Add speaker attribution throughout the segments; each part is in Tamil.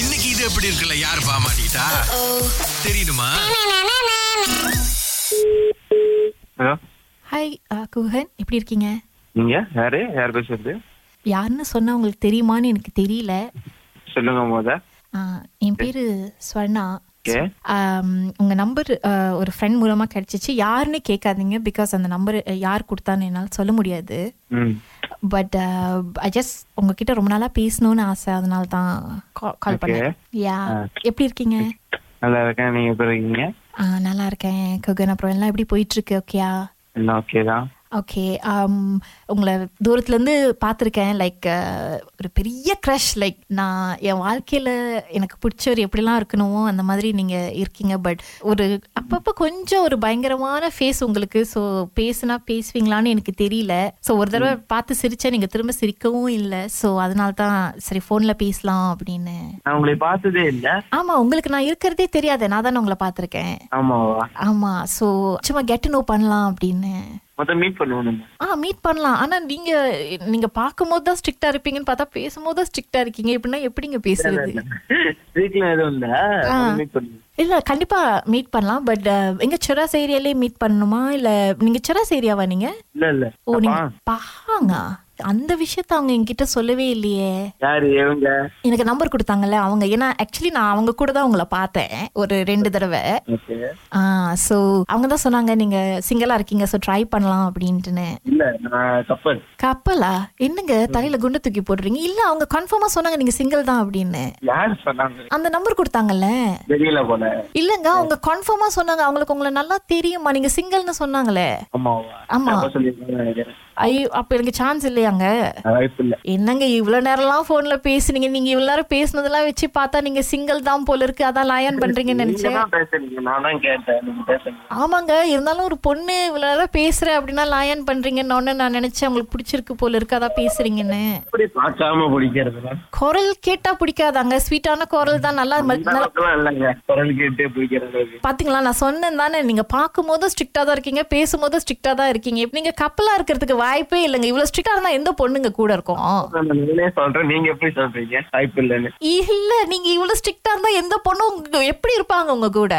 Speaker 1: இன்னைக்கு இது எப்படி இருக்குல்ல யார் பாமாட்டா தெரியுமா
Speaker 2: ஹலோ
Speaker 3: ஹாய் குஹன் எப்படி இருக்கீங்க
Speaker 2: நீங்க யாரு யார் பேசுறது
Speaker 3: யாருன்னு சொன்னா உங்களுக்கு தெரியுமான்னு எனக்கு தெரியல
Speaker 2: சொல்லுங்க மோத
Speaker 3: ஆ, என் பேரு ஸ்வர்ணா
Speaker 2: ஓகே
Speaker 3: ஆம், உங்க நம்பர் ஒரு ஃப்ரெண்ட் மூலமா கிடைச்சிச்சு யாருன்னு கேட்காதீங்க பிகாஸ் அந்த நம்பர் யார் கொடுத்தான்னு என்னால் சொல்ல முடியாது
Speaker 2: ம்
Speaker 3: பட் ஐ ஜஸ்ட் உங்ககிட்ட ரொம்ப நாளா பேசணும்னு ஆசை அதனால தான் கால் பண்ணேன் யா எப்படி இருக்கீங்க
Speaker 2: நல்லா இருக்கேன் நீங்க எப்படி இருக்கீங்க
Speaker 3: ஆ, நல்லா இருக்கேன் குகன் அப்புறம் எல்லாம் எப்படி போயிட்டு இருக்கு ஓகேயா
Speaker 2: எல்லாம் ஓகே தான்
Speaker 3: ஓகே um, உங்களை தூரத்துலேருந்து பார்த்துருக்கேன் லைக் ஒரு பெரிய க்ரஷ் லைக் நான் என் வாழ்க்கையில் எனக்கு பிடிச்சவர் எப்படிலாம் இருக்கணுமோ அந்த மாதிரி நீங்கள் இருக்கீங்க பட் ஒரு அப்பப்போ கொஞ்சம் ஒரு பயங்கரமான ஃபேஸ் உங்களுக்கு ஸோ பேசுனா பேசுவீங்களான்னு எனக்கு தெரியல ஸோ ஒரு தடவை பார்த்து சிரிச்சா நீங்கள் திரும்ப சிரிக்கவும் இல்லை ஸோ அதனால தான் சரி ஃபோனில் பேசலாம் அப்படின்னு
Speaker 2: நான் உங்களை பார்த்ததே இல்ல
Speaker 3: ஆமாம் உங்களுக்கு நான் இருக்கிறதே தெரியாது நான் தானே உங்களை பார்த்துருக்கேன்
Speaker 2: ஆமாவா
Speaker 3: ஆமாம் ஸோ சும்மா கெட் நோ பண்ணலாம் அப்படின்னு
Speaker 2: மொத்தம் மீட் பண்ணுவோம் நம்ம
Speaker 3: ஆ மீட் பண்ணலாம் ஆனா நீங்க நீங்க பாக்கும்போது தான் ஸ்ட்ரிக்ட்டா இருப்பீங்கன்னு பார்த்தா பேசும்போது தான் ஸ்ட்ரிக்ட்டா இருக்கீங்க எப்படின்னா எப்படிங்க பேசுறது
Speaker 2: வீட்ல எதுவும் இல்ல மீட் பண்ணுவோம்
Speaker 3: இல்ல கண்டிப்பா மீட் பண்ணலாம் பட் எங்க செராஸ் ஏரியாலே மீட் பண்ணணுமா இல்ல நீங்க செராஸ் ஏரியாவா நீங்க
Speaker 2: இல்ல இல்ல
Speaker 3: ஓ நீங்க
Speaker 2: அப்பா,
Speaker 3: பாங்க அந்த விஷயத்த அவங்க என்கிட்ட சொல்லவே இல்லையே
Speaker 2: யாரு இவங்க
Speaker 3: எனக்கு நம்பர் கொடுத்தாங்கல்ல அவங்க ஏன்னா ஆக்சுவலி நான் அவங்க கூட தான் உங்களை பார்த்தேன் ஒரு ரெண்டு தடவை
Speaker 2: ஓகே
Speaker 3: ஆ ஸோ அவங்க தான் சொன்னாங்க நீங்க சிங்கிளா இருக்கீங்க ஸோ ட்ரை பண்ணலாம் அப்படின்ட்டுன்னு
Speaker 2: இல்ல நான் கப்பல்
Speaker 3: கப்பலா என்னங்க தலையில குண்டு தூக்கி போடுறீங்க இல்ல அவங்க கன்ஃபார்மா சொன்னாங்க நீங்க சிங்கிள் தான் அப்படின்னு
Speaker 2: யார் சொன்னாங்க
Speaker 3: அந்த நம்பர் கொடுத்தாங்கல்ல
Speaker 2: தெரியல போல
Speaker 3: இல்லங்க அவங்க கன்ஃபார்மா சொன்னாங்க அவங்களுக்கு உங்களை நல்லா தெரியுமா நீங்க சிங்கிள்னு சொன்னாங்களே
Speaker 2: ஆமாவா
Speaker 3: ஆமா.
Speaker 2: தப்பா சொல்லிருக்கேன்னு நினைக்கிறேன்
Speaker 3: ஐயோ அப்ப எனக்கு சான்ஸ் இல்லையாங்க
Speaker 2: வாய்ப்பு இல்ல
Speaker 3: என்னங்க இவ்வளவு நேரம்லாம் போன்ல பேசுனீங்க நீங்க இவ்வளவு நேரம் பேசுனதெல்லாம் வச்சு பார்த்தா நீங்க சிங்கிள் தான் போல இருக்கு அதான் லயான்
Speaker 2: நீங்க
Speaker 3: பண்றீங்கன்னு நினைச்சேன்
Speaker 2: தான் பேசுறீங்க நான் தான் கேட்டேன் நீங்க பேசுங்க
Speaker 3: ஆமாங்க இருந்தாலும் ஒரு பொண்ணு இவ்வளவு நேரம் பேசுற அப்படின்னா லயான் பண்றீங்கன்னு ஒண்ணு நான் நினைச்சேன் உங்களுக்கு பிடிச்சிருக்கு போல இருக்கு அதான் பேசுறீங்கன்னு
Speaker 2: எப்படி பார்க்காம பிடிக்கிறதுனா
Speaker 3: குரல் கேட்டா பிடிக்காதாங்க ஸ்வீட்டான குரல் தான் நல்லா ம- நல்லா
Speaker 2: அதெல்லாம் இல்லைங்க குரல் கேட்டே பிடிக்கிறது
Speaker 3: பாத்தீங்களா நான் சொன்னேன் தானே நீங்க பார்க்கும்போது ஸ்ட்ரிக்டா தான் இருக்கீங்க பேசும்போது ஸ்ட்ரிக்டா தான் இருக்கீங்க இப்ப நீங்க கப்பலா இருக்கிறதுக்கு வாய்ப்பே இல்லைங்க இவ்வளவு ஸ்ட்ரிக்டா இருந்தா எந்த பொண்ணுங்க கூட இருக்கும்
Speaker 2: நான் நானே சொல்றேன் நீங்க எப்படி சொல்றீங்க வாய்ப்பு இல்லைன்னு
Speaker 3: இல்ல நீங்க இவ்வளவு ஸ்ட்ரிக்டா இருந்தா எந்த பொண்ணும் உங்க- எப்படி இருப்பாங்க உங்க கூட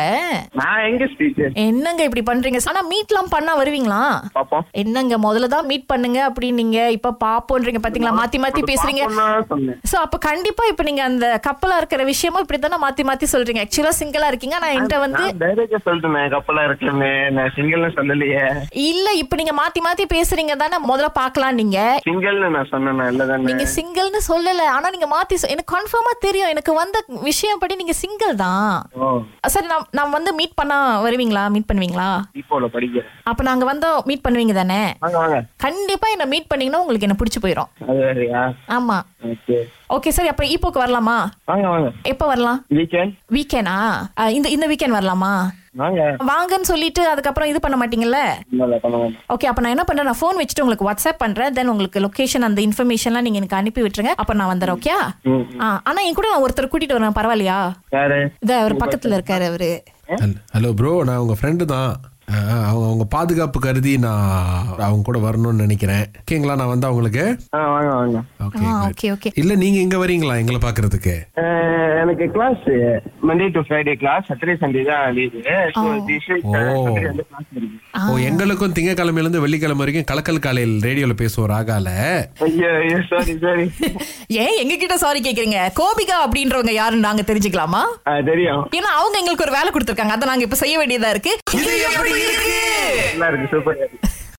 Speaker 2: நான் எங்க டீச்சர்
Speaker 3: என்னங்க இப்படி பண்றீங்க ஆனா மீட்லாம் பண்ணா வருவீங்களா
Speaker 2: பாப்போம்
Speaker 3: என்னங்க முதல்ல தான் மீட் பண்ணுங்க அப்படின்னீங்க இப்ப பாப்போன்றீங்க பாத்தீங்களா மாத்தி மாத்தி பேசுறீங்க
Speaker 2: பாப்போம்னு தான் சொன்னேன்
Speaker 3: சோ அப்ப கண்டிப்பா இப்ப நீங்க அந்த கப்பலா இருக்கிற விஷயமும் இப்படித்தானே மாத்தி மாத்தி சொல்றீங்க ஆக்சுவலா சிங்கிளா இருக்கீங்க ஆனா என்கிட்ட வந்து
Speaker 2: நான் டைரக்டா சொல்லிட்டேன் நான் கப்பலா இருக்கேன்னு நான் சிங்கிள்னு சொல்லலையே
Speaker 3: இல்ல இப்ப நீங்க மாத்தி மாத்தி பேசுறீங்க தானே முதல்ல பாக்கலாம் நீங்க
Speaker 2: சிங்கிள்னு நான் சொன்னேன் நான் இல்லதானே
Speaker 3: நீங்க சிங்கிள்னு சொல்லல ஆனா நீங்க மாத்தி சொ- எனக்கு கன்ஃபார்மா தெரியும் எனக்கு வந்த விஷயம் படி நீங்க சிங்கிள் தான்
Speaker 2: ஓ
Speaker 3: சரி நான் நான் வந்து மீட் பண்ண வருவீங்களா மீட் பண்ணுவீங்களா
Speaker 2: இப்போல படிக்கிறேன்
Speaker 3: அப்ப நாங்க வந்து மீட் பண்ணுவீங்க தானே
Speaker 2: வாங்க வாங்க
Speaker 3: கண்டிப்பா என்ன மீட் பண்ணீங்கன்னா உங்களுக்கு என்ன பிடிச்சு போயிடும்
Speaker 2: அது வேறையா
Speaker 3: ஆமா
Speaker 2: ஓகே
Speaker 3: ஓகே சரி அப்ப ஈப்போக்கு வரலாமா
Speaker 2: வாங்க வாங்க
Speaker 3: எப்போ வரலாம்
Speaker 2: வீக்கெண்ட்
Speaker 3: வீக்கெண்டா இந்த இந்த வீக்கெண்ட் வரலாமா
Speaker 2: வாங்க
Speaker 3: வாங்கன்னு சொல்லிட்டு அதுக்கப்புறம் இது பண்ண மாட்டீங்கல்ல
Speaker 2: நல்லா பண்ண வேண்டாம்
Speaker 3: ஓகே அப்ப நான் என்ன பண்றேன் நான் ஃபோன் வச்சுட்டு உங்களுக்கு வாட்ஸ்அப் பண்றேன் தென் உங்களுக்கு லொகேஷன் அந்த இன்ஃபர்மேஷன்லாம் நீங்க எனக்கு அனுப்பி விட்டுருங்க அப்ப நான் வந்துடுறேன் ஓகே
Speaker 2: ம்.
Speaker 3: ஆ ஆனா என் கூட நான் ஒருத்தர் கூட்டிட்டு வரேன் பரவாயில்லையா
Speaker 2: யாரு
Speaker 3: இத அவர் பக்கத்துல இருக்காரு அவரு
Speaker 1: ஹலோ ப்ரோ நான் உங்க ஃப்ரெண்டு தான் அஹ், அவங்க அவங்க பாதுகாப்பு கருதி நான் அவங்க கூட வரணும்னு நினைக்கிறேன் ஓகேங்களா நான் வந்தா உங்களுக்கு
Speaker 2: ஆ வாங்க வாங்க
Speaker 1: ஓகே
Speaker 3: ஓகே ஓகே
Speaker 1: இல்ல நீங்க இங்க வரீங்களா எங்களை பாக்குறதுக்கு
Speaker 2: அஹ், எனக்கு class Monday to Friday class Saturday Sunday தான் லீவு ஸோ சாட்டர்டே வந்து கிளாஸ் இருக்கு
Speaker 1: ஓ எங்களுக்கும் திங்கக்கிழமையில இருந்து வெள்ளிக்கிழமை வரைக்கும் கலக்கல் காலையில் ரேடியோல பேசுவோம் ராகால
Speaker 2: ஐயோ ஐயோ சாரி சாரி
Speaker 3: ஏன் எங்க கிட்ட சாரி கேக்குறீங்க கோபிகா அப்படின்றவங்க யாருன்னு நாங்க தெரிஞ்சுக்கலாமா
Speaker 2: தெரியும்
Speaker 3: ஏன்னா அவங்க எங்களுக்கு ஒரு வேலை கொடுத்துருக்காங்க அதை நாங்க இப்ப செய்ய வேண்டியதா இருக்கு
Speaker 2: நல்லா இருக்கு சூப்பர்